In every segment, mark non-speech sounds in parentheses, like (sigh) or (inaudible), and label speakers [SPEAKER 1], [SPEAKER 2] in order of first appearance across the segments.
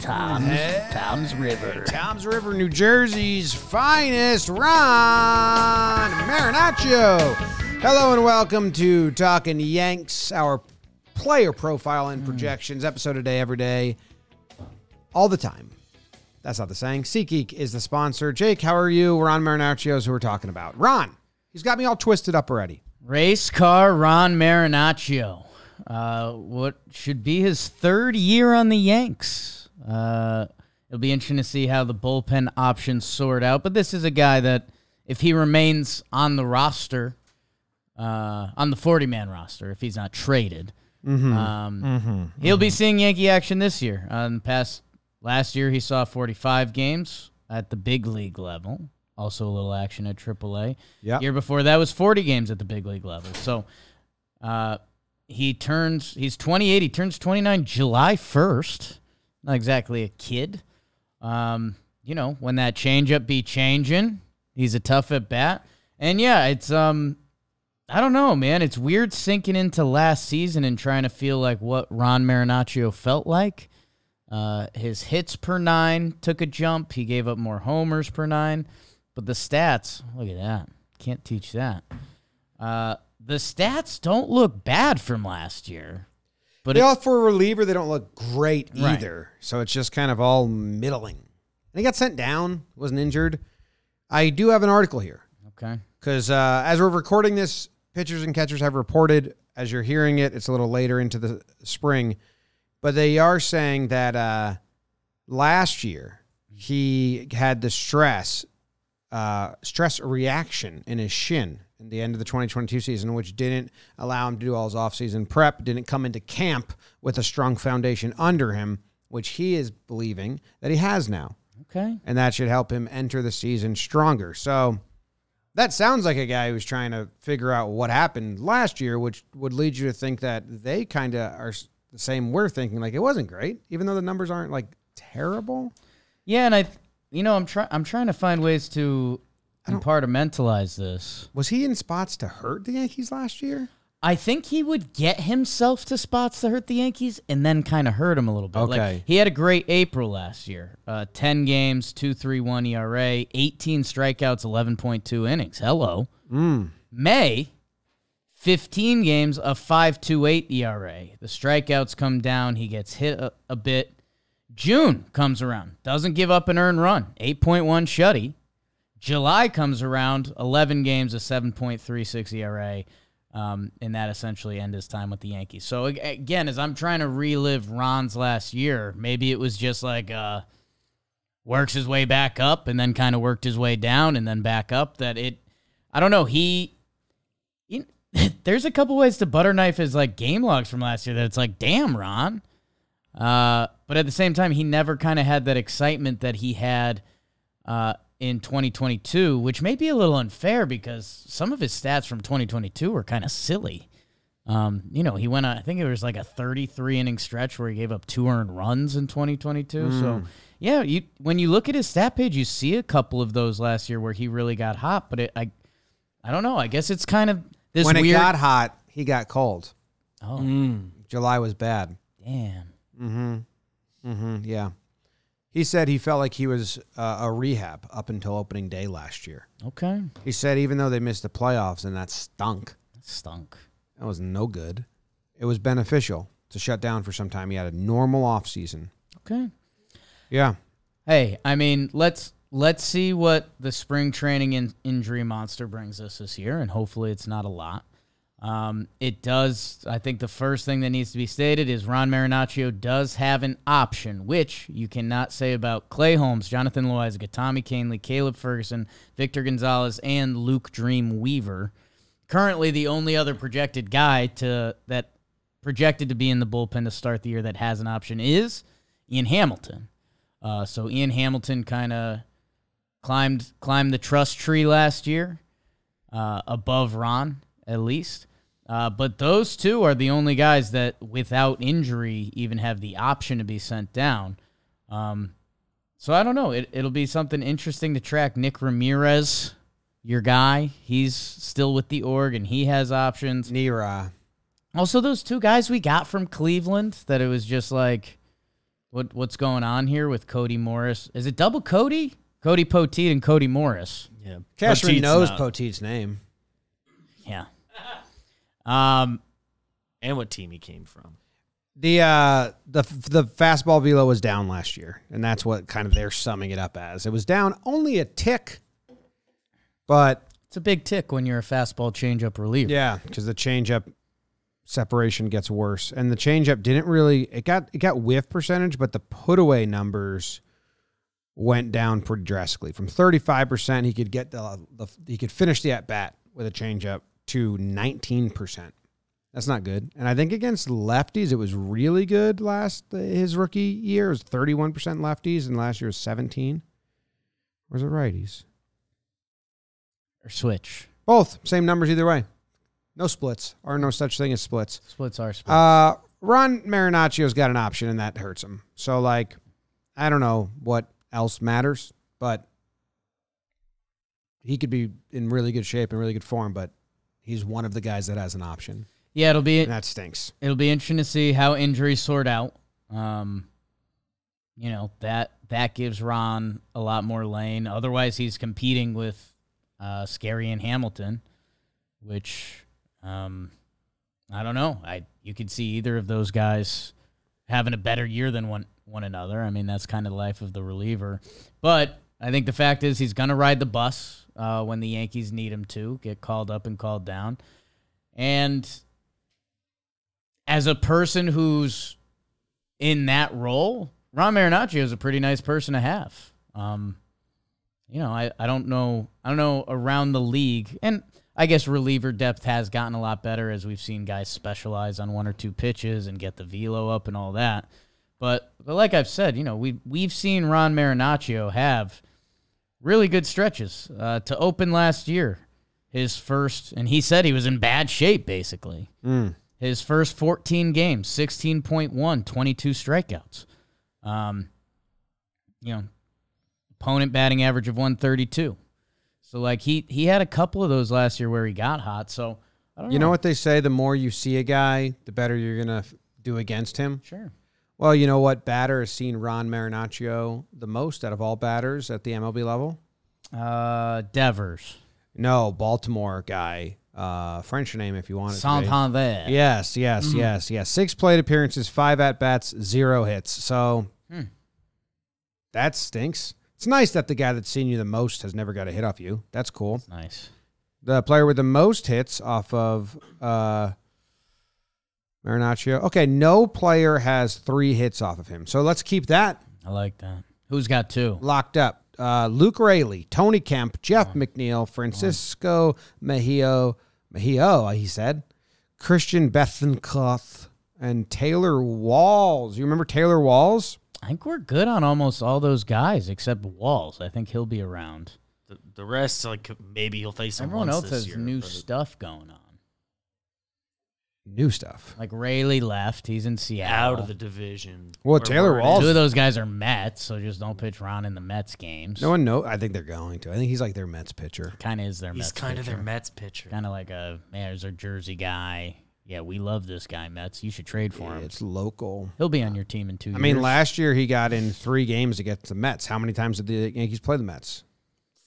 [SPEAKER 1] Tom's, Tom's River.
[SPEAKER 2] Tom's River, New Jersey's finest, Ron Marinaccio. Hello and welcome to Talking Yanks, our player profile
[SPEAKER 1] Hmm.
[SPEAKER 2] and projections episode a day, every day, all the time. That's not the saying. SeatGeek is the sponsor. Jake, how are you? Ron Marinaccio is who we're talking about. Ron, he's got me all twisted up already.
[SPEAKER 1] Race car Ron Marinaccio. Uh, what should be his third year on the Yanks. Uh, it'll be interesting to see how the bullpen options sort out. But this is a guy that, if he remains on the roster, uh, on the 40 man roster, if he's not traded, um, he'll be seeing Yankee action this year. Uh, in the past, last year, he saw 45 games at the big league level. Also, a little action at AAA.
[SPEAKER 2] Yep.
[SPEAKER 1] Year before that was 40 games at the big league level. So, uh, he turns he's 28 he turns 29 july 1st not exactly a kid um you know when that changeup be changing he's a tough at bat and yeah it's um i don't know man it's weird sinking into last season and trying to feel like what ron marinaccio felt like uh, his hits per nine took a jump. He gave up more homers per nine, but the stats look at that. Can't teach that. Uh, the stats don't look bad from last year. But
[SPEAKER 2] They
[SPEAKER 1] it-
[SPEAKER 2] all for a reliever, they don't look great
[SPEAKER 1] Right.
[SPEAKER 2] either. So it's just kind of all middling. And he got sent down, wasn't injured. I do have an article here.
[SPEAKER 1] okay,
[SPEAKER 2] because uh, as we're recording this, pitchers and catchers have reported. As you're hearing it, it's a little later into the spring, but they are saying that uh, last year he had the stress uh, stress reaction in his shin in the end of the 2022 season, which didn't allow him to do all his offseason prep, didn't come into camp with a strong foundation under him, which he is believing that he has now
[SPEAKER 1] okay,
[SPEAKER 2] and that should help him enter the season stronger. So that sounds like a guy who's trying to figure out what happened last year, which would lead you to think that they kind of are s- the same we're thinking. Like it wasn't great, even though the numbers aren't like terrible.
[SPEAKER 1] yeah. And I, you know, I'm trying. I'm trying to find ways to compartmentalize this.
[SPEAKER 2] Was he in spots to hurt the Yankees last year?
[SPEAKER 1] I think he would get himself to spots to hurt the Yankees and then kind of hurt him a little bit.
[SPEAKER 2] Okay.
[SPEAKER 1] Like, he had a great April last year. Uh, 10 games, 2.31 ERA, 18 strikeouts, 11.2 innings. Hello. May, 15 games, a 5.28 ERA. E The strikeouts come down. He gets hit a, a bit. June comes around. Doesn't give up an earned run. 8.1 shutty. July comes around, 11 games, a 7.36 ERA, um, and that essentially end his time with the Yankees. So ag- again, as I'm trying to relive Ron's last year, maybe it was just like uh, works his way back up and then kind of worked his way down and then back up. That it, I don't know. He, in, (laughs) there's a couple ways to butter knife his like game logs from last year that it's like, damn, Ron. Uh, but at the same time, he never kind of had that excitement that he had uh, in 2022, which may be a little unfair because some of his stats from 2022 were kind of silly. Um, you know, he went, on, I think it was like a 33 inning stretch where he gave up two earned runs in 2022.
[SPEAKER 2] Hmm.
[SPEAKER 1] So, yeah, you when you look at his stat page, you see a couple of those last year where he really got hot. But it, I, I don't know. I guess it's kind of this
[SPEAKER 2] when
[SPEAKER 1] weird.
[SPEAKER 2] it got Hmm. hot, he got cold.
[SPEAKER 1] oh,
[SPEAKER 2] July was bad.
[SPEAKER 1] damn.
[SPEAKER 2] Mm, Yeah. He said he felt like he was uh, a rehab up until opening day last year.
[SPEAKER 1] Okay,
[SPEAKER 2] He said even though they missed the playoffs and that stunk,
[SPEAKER 1] stunk.
[SPEAKER 2] That was no good. It was beneficial to shut down for some time. He had a normal off season.
[SPEAKER 1] Okay.
[SPEAKER 2] Yeah.
[SPEAKER 1] Hey, I mean, let's let's see what the spring training in, injury monster brings us this year, and hopefully it's not a lot. Um, it does. I think the first thing that needs to be stated is Ron Marinaccio does have an option, which you cannot say about Clay Holmes, Jonathan Loizaga, Tommy Canley, Caleb Ferguson, Victor Gonzalez, and Luke Dream Weaver. Currently, the only other projected guy to that projected to be in the bullpen to start the year that has an option is Ian Hamilton. Uh, so Ian Hamilton kind of climbed climbed the trust tree last year, uh, above Ron at least. Uh, but those two are the only guys that, without injury, even have the option to be sent down. Um, so I don't know. It, it'll be something interesting to track. Nick Ramirez, your guy, he's still with the org and he has options.
[SPEAKER 2] Nira.
[SPEAKER 1] Also, those two guys we got from Cleveland that it was just like, what what's going on here with Cody Morris? Is it double Cody? Cody Poteet and Cody Morris.
[SPEAKER 3] Yeah.
[SPEAKER 2] Cashman
[SPEAKER 3] Poteet's
[SPEAKER 2] knows
[SPEAKER 3] not.
[SPEAKER 2] Poteet's name.
[SPEAKER 1] Yeah. Um,
[SPEAKER 3] and what team he came from.
[SPEAKER 2] The uh the the fastball velo was down last year, and that's what kind of they're summing it up as. It was down only a tick, but
[SPEAKER 1] it's a big tick when you're a fastball changeup reliever.
[SPEAKER 2] yeah, because the changeup separation gets worse, and the changeup didn't really it got it got whiff percentage, but the put away numbers went down pretty drastically. From thirty five percent, he could get the, the he could finish the at bat with a changeup to nineteen percent. That's not good. And I think against lefties, it was really good last his rookie year. It was thirty one percent lefties, and last year was seventeen. Or is it righties?
[SPEAKER 1] Or switch.
[SPEAKER 2] Both same numbers either way. No splits. Are no such thing as splits.
[SPEAKER 1] Splits are splits.
[SPEAKER 2] Uh, Ron Marinaccio's got an option, and that hurts him. So, like, I don't know what else matters, but he could be in really good shape and really good form, but he's one of the guys that has an option,
[SPEAKER 1] yeah, it'll be
[SPEAKER 2] and that stinks.
[SPEAKER 1] it'll be interesting to see how injuries sort out. Um, you know that that gives Ron a lot more lane. Otherwise, he's competing with uh, Scary and Hamilton, which um, I don't know. I you could see either of those guys having a better year than one one another. I mean, that's kind of the life of the reliever. But I think the fact is he's gonna ride the bus uh, when the Yankees need him to get called up and called down, and as a person who's in that role, Ron Marinaccio is a pretty nice person to have. Um, you know, I, I don't know I don't know around the league, and I guess reliever depth has gotten a lot better as we've seen guys specialize on one or two pitches and get the velo up and all that. But but like I've said, you know, we we've seen Ron Marinaccio have really good stretches uh, to open last year. His first, and he said he was in bad shape basically.
[SPEAKER 2] Mm.
[SPEAKER 1] His first 14 games, 16.1, 22 strikeouts. Um, you know, opponent batting average of 132. So like he he had a couple of those last year where he got hot. So I don't
[SPEAKER 2] You know what they say? The more you see a guy, the better you're gonna f- do against him.
[SPEAKER 1] Sure.
[SPEAKER 2] Well, you know what batter has seen Ron Marinaccio the most out of all batters at the MLB level?
[SPEAKER 1] Uh, Devers,
[SPEAKER 2] No, Baltimore guy, uh, French name if you want it. to be.
[SPEAKER 1] Santander.
[SPEAKER 2] Yes, yes, yes, yes. Six plate appearances, five at bats, zero hits. So
[SPEAKER 1] Hmm.
[SPEAKER 2] that stinks. It's nice that the guy that's seen you the most has never got a hit off you. That's cool.
[SPEAKER 1] Nice.
[SPEAKER 2] The player with the most hits off of uh, Marinaccio. Okay, no player has three hits off of him. So let's keep that
[SPEAKER 1] I like that. Who's got two?
[SPEAKER 2] locked up. Uh, Luke Rayleigh, Tony Kemp, Jeff
[SPEAKER 1] Oh.
[SPEAKER 2] McNeil, Francisco Mejio, Mejio, he said, Christian Bethencoth, and Taylor Walls. You remember Taylor Walls?
[SPEAKER 1] I think we're good on almost all those guys except Walls. I think he'll be around.
[SPEAKER 3] The, the rest, like maybe he'll face him
[SPEAKER 1] Everyone
[SPEAKER 3] once
[SPEAKER 1] else
[SPEAKER 3] this
[SPEAKER 1] has
[SPEAKER 3] year,
[SPEAKER 1] new
[SPEAKER 3] but-
[SPEAKER 1] stuff going on.
[SPEAKER 2] New stuff.
[SPEAKER 1] Like Rayleigh left. He's in Seattle.
[SPEAKER 3] out of the division.
[SPEAKER 2] Well,
[SPEAKER 3] Or
[SPEAKER 2] Taylor
[SPEAKER 3] where it
[SPEAKER 2] Walls-
[SPEAKER 3] is.
[SPEAKER 1] Two of those guys are Mets, so just don't pitch Ron in the Mets games.
[SPEAKER 2] No one know. I think they're going to. I think he's like their Mets pitcher.
[SPEAKER 1] kind of is their
[SPEAKER 3] He's
[SPEAKER 1] Mets.
[SPEAKER 3] kind of their Mets pitcher.
[SPEAKER 1] kind of like a man. There's a Jersey guy. Yeah, we love this guy, Mets. You should trade for him.
[SPEAKER 2] It's local.
[SPEAKER 1] He'll be on your team in two.
[SPEAKER 2] I
[SPEAKER 1] years.
[SPEAKER 2] mean, last year he got in three games against the Mets. How many times did the Yankees play the Mets?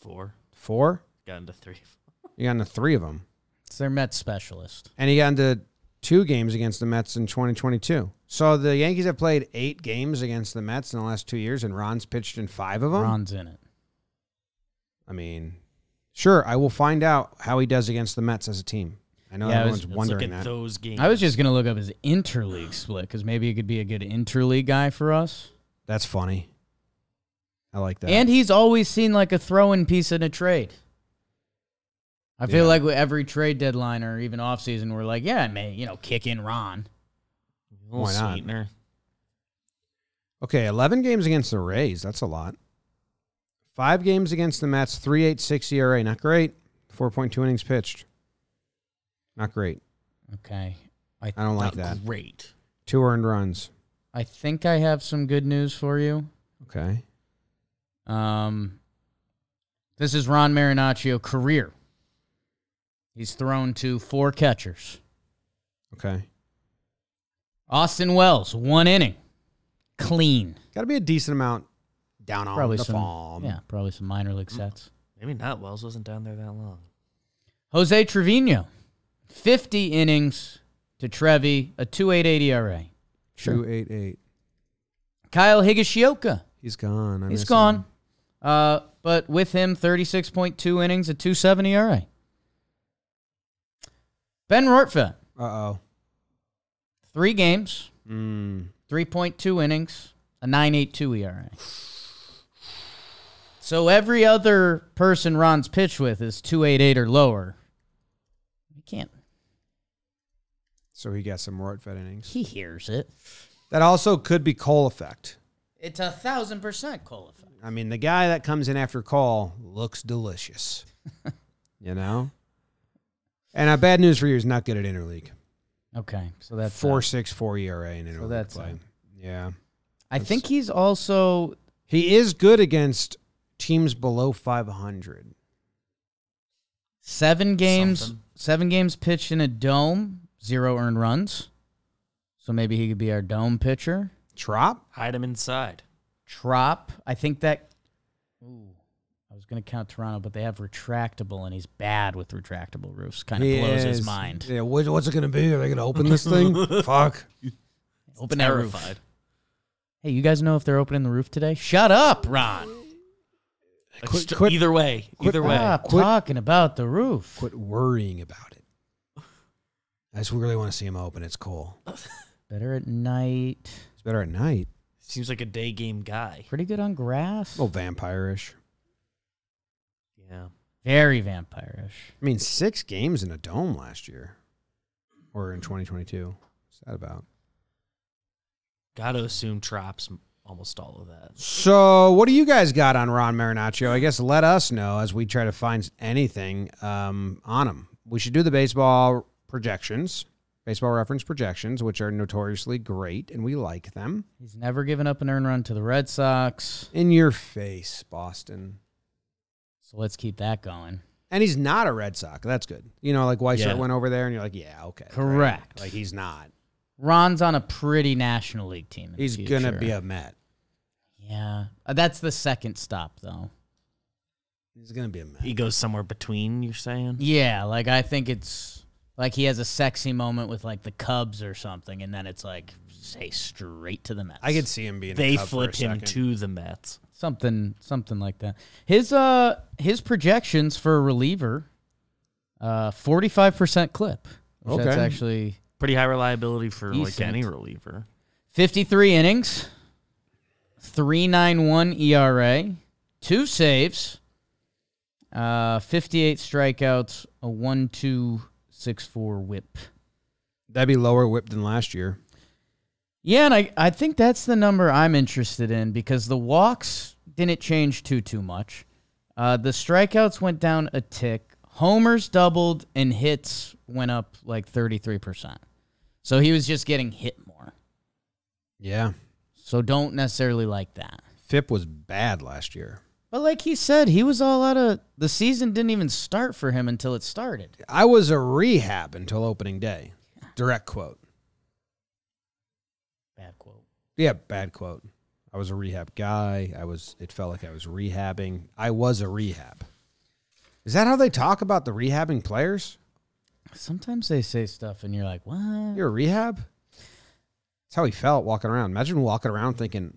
[SPEAKER 3] Four
[SPEAKER 2] Four?
[SPEAKER 3] got into three.
[SPEAKER 2] He got into three of them.
[SPEAKER 1] it's their Mets specialist.
[SPEAKER 2] and he got into two games against the Mets in 2022. So the Yankees have played eight games against the Mets in the last two years, and Ron's pitched in five of them.
[SPEAKER 1] Ron's in it.
[SPEAKER 2] I mean, sure, I will find out how he does against the Mets as a team. I know
[SPEAKER 1] Yeah, I was-
[SPEAKER 2] everyone's
[SPEAKER 3] Let's
[SPEAKER 2] wondering
[SPEAKER 3] look at
[SPEAKER 2] that.
[SPEAKER 3] those games.
[SPEAKER 1] I was just gonna look up his interleague split because maybe it could be a good interleague guy for us.
[SPEAKER 2] That's funny. I like that.
[SPEAKER 1] And he's always seen like a throw-in piece in a trade. I feel
[SPEAKER 2] Yeah.
[SPEAKER 1] like with every trade deadline or even offseason, we're like, yeah, may you know, kick in Ron.
[SPEAKER 3] A little
[SPEAKER 2] Why not?
[SPEAKER 3] sweetener.
[SPEAKER 2] okay, 11 games against the Rays. That's a lot. Five games against the Mets, 3.86 ERA. E Not great. 4.2 innings pitched. Not great.
[SPEAKER 1] Okay, I,
[SPEAKER 2] I don't like
[SPEAKER 3] Not
[SPEAKER 2] that.
[SPEAKER 3] Great.
[SPEAKER 2] Two earned runs.
[SPEAKER 1] I think I have some good news for you.
[SPEAKER 2] Okay.
[SPEAKER 1] Um, this is Ron Marinaccio career. He's thrown to four catchers.
[SPEAKER 2] Okay.
[SPEAKER 1] Austin Wells, one inning, clean.
[SPEAKER 2] Got to be a decent amount down on
[SPEAKER 1] Probably
[SPEAKER 2] the
[SPEAKER 1] some,
[SPEAKER 2] farm.
[SPEAKER 1] yeah, probably some minor league sets.
[SPEAKER 3] Maybe not. Wells wasn't down there that long.
[SPEAKER 1] Jose Trevino, 50 innings to Trevi, E a 2.88 ERA.
[SPEAKER 2] Two eight eight.
[SPEAKER 1] Kyle Higashioka,
[SPEAKER 2] He's gone. I
[SPEAKER 1] he's
[SPEAKER 2] miss
[SPEAKER 1] gone,
[SPEAKER 2] him.
[SPEAKER 1] uh, but with him, 36.2 innings, a 2.70 ERA. Ben Rortfeld,
[SPEAKER 2] Uh-oh.
[SPEAKER 1] three games,
[SPEAKER 2] Mm.
[SPEAKER 1] 3.2 innings, a 9.82 ERA. E So every other person Ron's pitched with is 2.88 or lower. He can't.
[SPEAKER 2] So he got some Rortfed innings.
[SPEAKER 1] He hears it.
[SPEAKER 2] That also could be Cole effect.
[SPEAKER 1] It's a thousand percent qualified.
[SPEAKER 2] I mean, the guy that comes in after Cole looks
[SPEAKER 1] (laughs)
[SPEAKER 2] delicious. you know? And uh, bad news for you is not good at interleague.
[SPEAKER 1] Okay, so that's uh,
[SPEAKER 2] four six four ERA in interleague
[SPEAKER 1] that's
[SPEAKER 2] play.
[SPEAKER 1] out.
[SPEAKER 2] Yeah.
[SPEAKER 1] I think he's also
[SPEAKER 2] He is good against teams below 500.
[SPEAKER 1] seven games,
[SPEAKER 3] Something.
[SPEAKER 1] seven games pitched in a dome, zero earned runs. So maybe he could be our dome pitcher.
[SPEAKER 2] Trop?
[SPEAKER 3] Hide him inside.
[SPEAKER 1] Trop, I think that. Ooh, I was gonna count Toronto, but they have retractable, and he's bad with retractable roofs. Kind of
[SPEAKER 2] He
[SPEAKER 1] blows
[SPEAKER 2] is.
[SPEAKER 1] his mind.
[SPEAKER 2] Yeah, what, what's it going to be? Are they going to open this
[SPEAKER 1] (laughs)
[SPEAKER 2] thing? Fuck.
[SPEAKER 1] Open that roof.
[SPEAKER 3] Terrified.
[SPEAKER 1] Hey, you guys know if they're opening the roof today? Shut up, Ron.
[SPEAKER 3] Like,
[SPEAKER 2] Quit-
[SPEAKER 3] str-
[SPEAKER 2] quit-
[SPEAKER 3] either way. either way.
[SPEAKER 1] Stop
[SPEAKER 2] Quit-
[SPEAKER 1] talking about the roof.
[SPEAKER 2] Quit worrying about it. I just really want to see him open. It's cool.
[SPEAKER 1] Better at night.
[SPEAKER 2] It's better at night.
[SPEAKER 3] Seems like a day game guy.
[SPEAKER 1] Pretty good on grass.
[SPEAKER 2] A little vampire-ish.
[SPEAKER 3] Yeah.
[SPEAKER 1] Very vampirish.
[SPEAKER 2] I mean, six games in a dome last year, or in 2022. What's that about?
[SPEAKER 3] Gotta assume Trop's m- almost all of that.
[SPEAKER 2] So, what do you guys got on Ron Marinaccio? I guess let us know as we try to find anything um, on him. We should do the baseball projections, baseball reference projections, which are notoriously great, and we like them.
[SPEAKER 1] He's never given up an earned run to the Red Sox.
[SPEAKER 2] In your face, Boston.
[SPEAKER 1] So let's keep that going.
[SPEAKER 2] And he's not a Red Sox. That's good. You know, like White
[SPEAKER 3] Yeah.
[SPEAKER 2] went over there, and you're like, yeah, okay. great.
[SPEAKER 1] Correct.
[SPEAKER 2] Like, he's not.
[SPEAKER 1] Ron's on a pretty National League team. in the
[SPEAKER 2] He's going to
[SPEAKER 1] future.
[SPEAKER 2] be a Met.
[SPEAKER 1] Yeah. Uh, That's the second stop, though.
[SPEAKER 2] He's going to be a Met.
[SPEAKER 3] He goes somewhere between, you're saying?
[SPEAKER 1] Yeah. Like, I think it's like he has a sexy moment with, like, the Cubs or something, and then it's like, say, straight to the Mets.
[SPEAKER 2] I could see him being.
[SPEAKER 3] They
[SPEAKER 2] a Cub for a
[SPEAKER 3] flip him
[SPEAKER 2] second.
[SPEAKER 3] to the Mets.
[SPEAKER 1] something something like that. His uh his projections for a reliever, uh forty five percent clip. Which That's
[SPEAKER 2] Okay.
[SPEAKER 1] actually
[SPEAKER 3] Pretty high reliability for like
[SPEAKER 1] Decent.
[SPEAKER 3] any reliever.
[SPEAKER 1] 53 innings, 391 ERA, E two saves, uh, 58 strikeouts, a 1 2 6 4 whip.
[SPEAKER 2] That'd be lower whip than last year.
[SPEAKER 1] Yeah, and I, I think that's the number I'm interested in because the walks didn't change too too much. Uh, the strikeouts went down a tick, homers doubled, and hits went up like 33%. So he was just getting hit more.
[SPEAKER 2] Yeah,
[SPEAKER 1] So don't necessarily like that.
[SPEAKER 2] FIP was bad last year.
[SPEAKER 1] But like he said, he was all out of the season didn't even start for him until it started.
[SPEAKER 2] I was a rehab until opening day. Direct quote.
[SPEAKER 1] Bad quote.
[SPEAKER 2] Yeah, bad quote. I was a rehab guy. I was. It felt like I was rehabbing. I was a rehab. Is that how they talk about the rehabbing players?
[SPEAKER 1] Sometimes they say stuff and you're like, "What?"
[SPEAKER 2] You're a rehab. That's how he felt walking around. Imagine walking around thinking,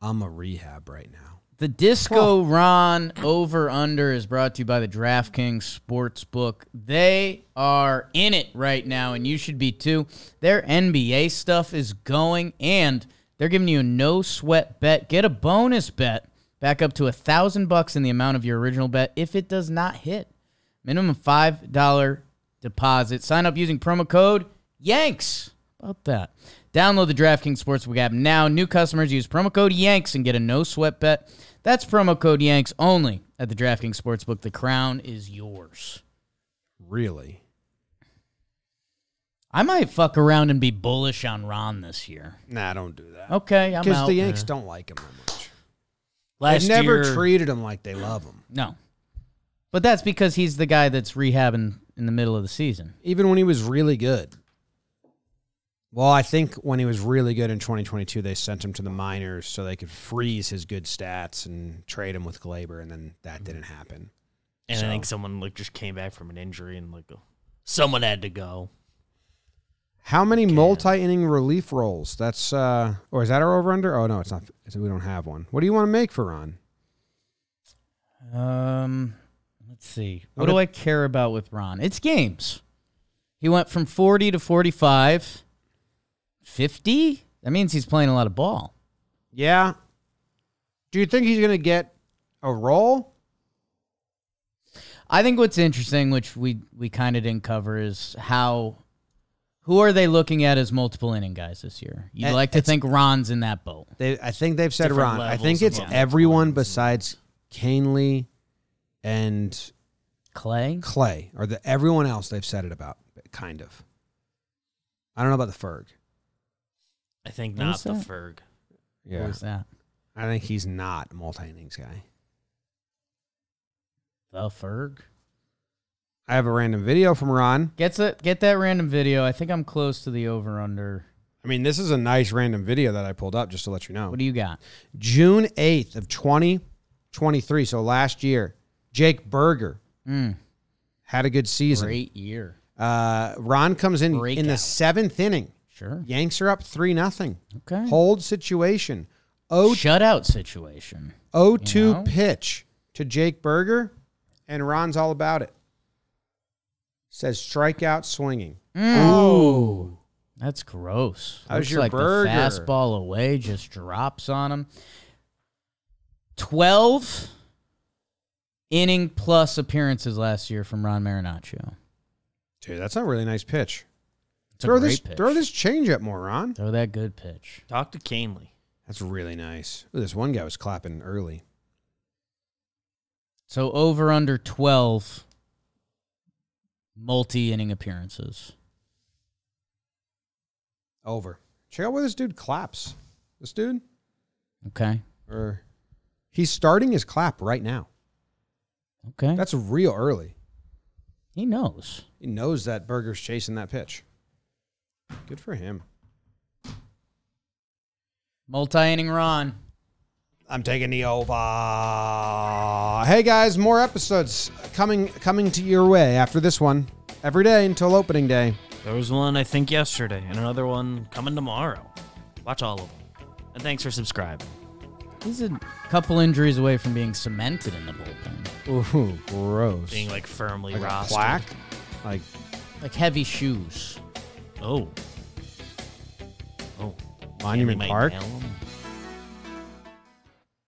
[SPEAKER 2] "I'm a rehab right now."
[SPEAKER 1] The Disco Ron over under is brought to you by the DraftKings Sportsbook. They are in it right now, and you should be too. Their NBA stuff is going, and they're giving you a no sweat bet. Get a bonus bet back up to a thousand bucks in the amount of your original bet if it does not hit. Minimum five dollar deposit. Sign up using promo code Yanks. How About that. Download the DraftKings Sportsbook app now. New customers use promo code Yanks and get a no sweat bet. That's promo code Yanks only at the DraftKings Sportsbook. The crown is yours.
[SPEAKER 2] Really?
[SPEAKER 1] I might fuck around and be bullish on Ron this year.
[SPEAKER 2] Nah, don't do that.
[SPEAKER 1] Okay, I'm
[SPEAKER 2] Because
[SPEAKER 1] out.
[SPEAKER 2] the Yanks don't like him that much.
[SPEAKER 3] Last
[SPEAKER 2] They've never
[SPEAKER 3] year,
[SPEAKER 2] treated him like they love him.
[SPEAKER 1] no, but that's because he's the guy that's rehabbing in the middle of the season.
[SPEAKER 2] even when he was really good. Well, I think when he was really good in 2022, they sent him to the minors so they could freeze his good stats and trade him with Glaber, and then that didn't happen.
[SPEAKER 3] And
[SPEAKER 2] So-
[SPEAKER 3] I think someone like just came back from an injury and like someone had to go.
[SPEAKER 2] How many multi-inning relief rolls? That's uh, or is that our over/under? Oh no, it's not. it's- we don't have one. What do you want to make for Ron?
[SPEAKER 1] Um, let's see. What
[SPEAKER 2] Okay.
[SPEAKER 1] do I care about with Ron? It's games. He went from 40 to 45. 50? That means he's playing a lot of ball.
[SPEAKER 2] Yeah. Do you think he's gonna get a roll?
[SPEAKER 1] I think what's interesting, which we we kind of didn't cover, is how who are they looking at as multiple inning guys this year? You
[SPEAKER 2] Eh,
[SPEAKER 1] would like to
[SPEAKER 2] it's-
[SPEAKER 1] think Ron's in that boat.
[SPEAKER 2] They, I think they've said
[SPEAKER 3] Different
[SPEAKER 2] Ron. I
[SPEAKER 3] levels
[SPEAKER 2] think
[SPEAKER 3] of
[SPEAKER 2] it's
[SPEAKER 3] multiple
[SPEAKER 2] everyone
[SPEAKER 3] levels.
[SPEAKER 2] besides Canley and
[SPEAKER 1] Clay,
[SPEAKER 2] Clay, or the everyone else they've said it about, kind of. I don't know about the Ferg.
[SPEAKER 3] I think
[SPEAKER 1] What
[SPEAKER 3] not
[SPEAKER 1] was
[SPEAKER 3] the
[SPEAKER 1] that?
[SPEAKER 3] Ferg.
[SPEAKER 1] what was that?
[SPEAKER 2] I think he's not a multi innings guy.
[SPEAKER 1] The Ferg
[SPEAKER 2] I have a random video from Ron.
[SPEAKER 1] gets it. Get that random video. I think I'm close to the over under.
[SPEAKER 2] I mean, this is a nice random video that I pulled up just to let you know.
[SPEAKER 1] What do you got?
[SPEAKER 2] June 8th of 2023, so last year, Jake Berger
[SPEAKER 1] Mm,
[SPEAKER 2] had a good season.
[SPEAKER 1] great year.
[SPEAKER 2] Uh, Ron comes in in the
[SPEAKER 1] Breakout.
[SPEAKER 2] seventh inning.
[SPEAKER 1] Sure.
[SPEAKER 2] Yanks are up 3 nothing.
[SPEAKER 1] Okay.
[SPEAKER 2] Hold situation. 0
[SPEAKER 1] Shutout situation.
[SPEAKER 2] 0 2
[SPEAKER 1] You know?
[SPEAKER 2] pitch to Jake Berger, and Ron's all about it. Says strikeout swinging.
[SPEAKER 1] Hmm. Ooh. That's gross.
[SPEAKER 2] Mm. Oh. How's
[SPEAKER 1] Looks
[SPEAKER 2] your
[SPEAKER 1] like
[SPEAKER 2] burger?
[SPEAKER 1] The fastball away just drops on him. 12 inning plus appearances last year from Ron Marinaccio.
[SPEAKER 2] Dude, that's a really nice pitch.
[SPEAKER 1] It's a
[SPEAKER 2] Throw
[SPEAKER 1] great
[SPEAKER 2] this,
[SPEAKER 1] pitch.
[SPEAKER 2] throw this changeup more, Ron.
[SPEAKER 1] Throw that good pitch.
[SPEAKER 3] Talk to Canley.
[SPEAKER 2] That's really nice. Ooh, this one guy was clapping early.
[SPEAKER 1] So over under 12 multi inning appearances.
[SPEAKER 2] Over. Check out where this dude claps. This dude,
[SPEAKER 1] Okay.
[SPEAKER 2] or he's starting his clap right now.
[SPEAKER 1] Okay.
[SPEAKER 2] That's real early.
[SPEAKER 1] he knows.
[SPEAKER 2] He knows that Burger's chasing that pitch. Good for him.
[SPEAKER 1] Multi inning Ron.
[SPEAKER 2] I'm taking the over. Hey guys, more episodes coming coming to your way after this one. Every day until opening day.
[SPEAKER 3] There was one I think yesterday, and another one coming tomorrow. Watch all of them. And thanks for subscribing.
[SPEAKER 1] He's a couple injuries away from being cemented in the bullpen.
[SPEAKER 2] Ooh, gross.
[SPEAKER 3] Being like firmly
[SPEAKER 2] like a
[SPEAKER 3] rostered.
[SPEAKER 2] plaque. Like
[SPEAKER 1] Like heavy shoes.
[SPEAKER 3] Oh. Oh.
[SPEAKER 2] Monument
[SPEAKER 3] Canley might
[SPEAKER 2] Park.
[SPEAKER 3] nail 'em.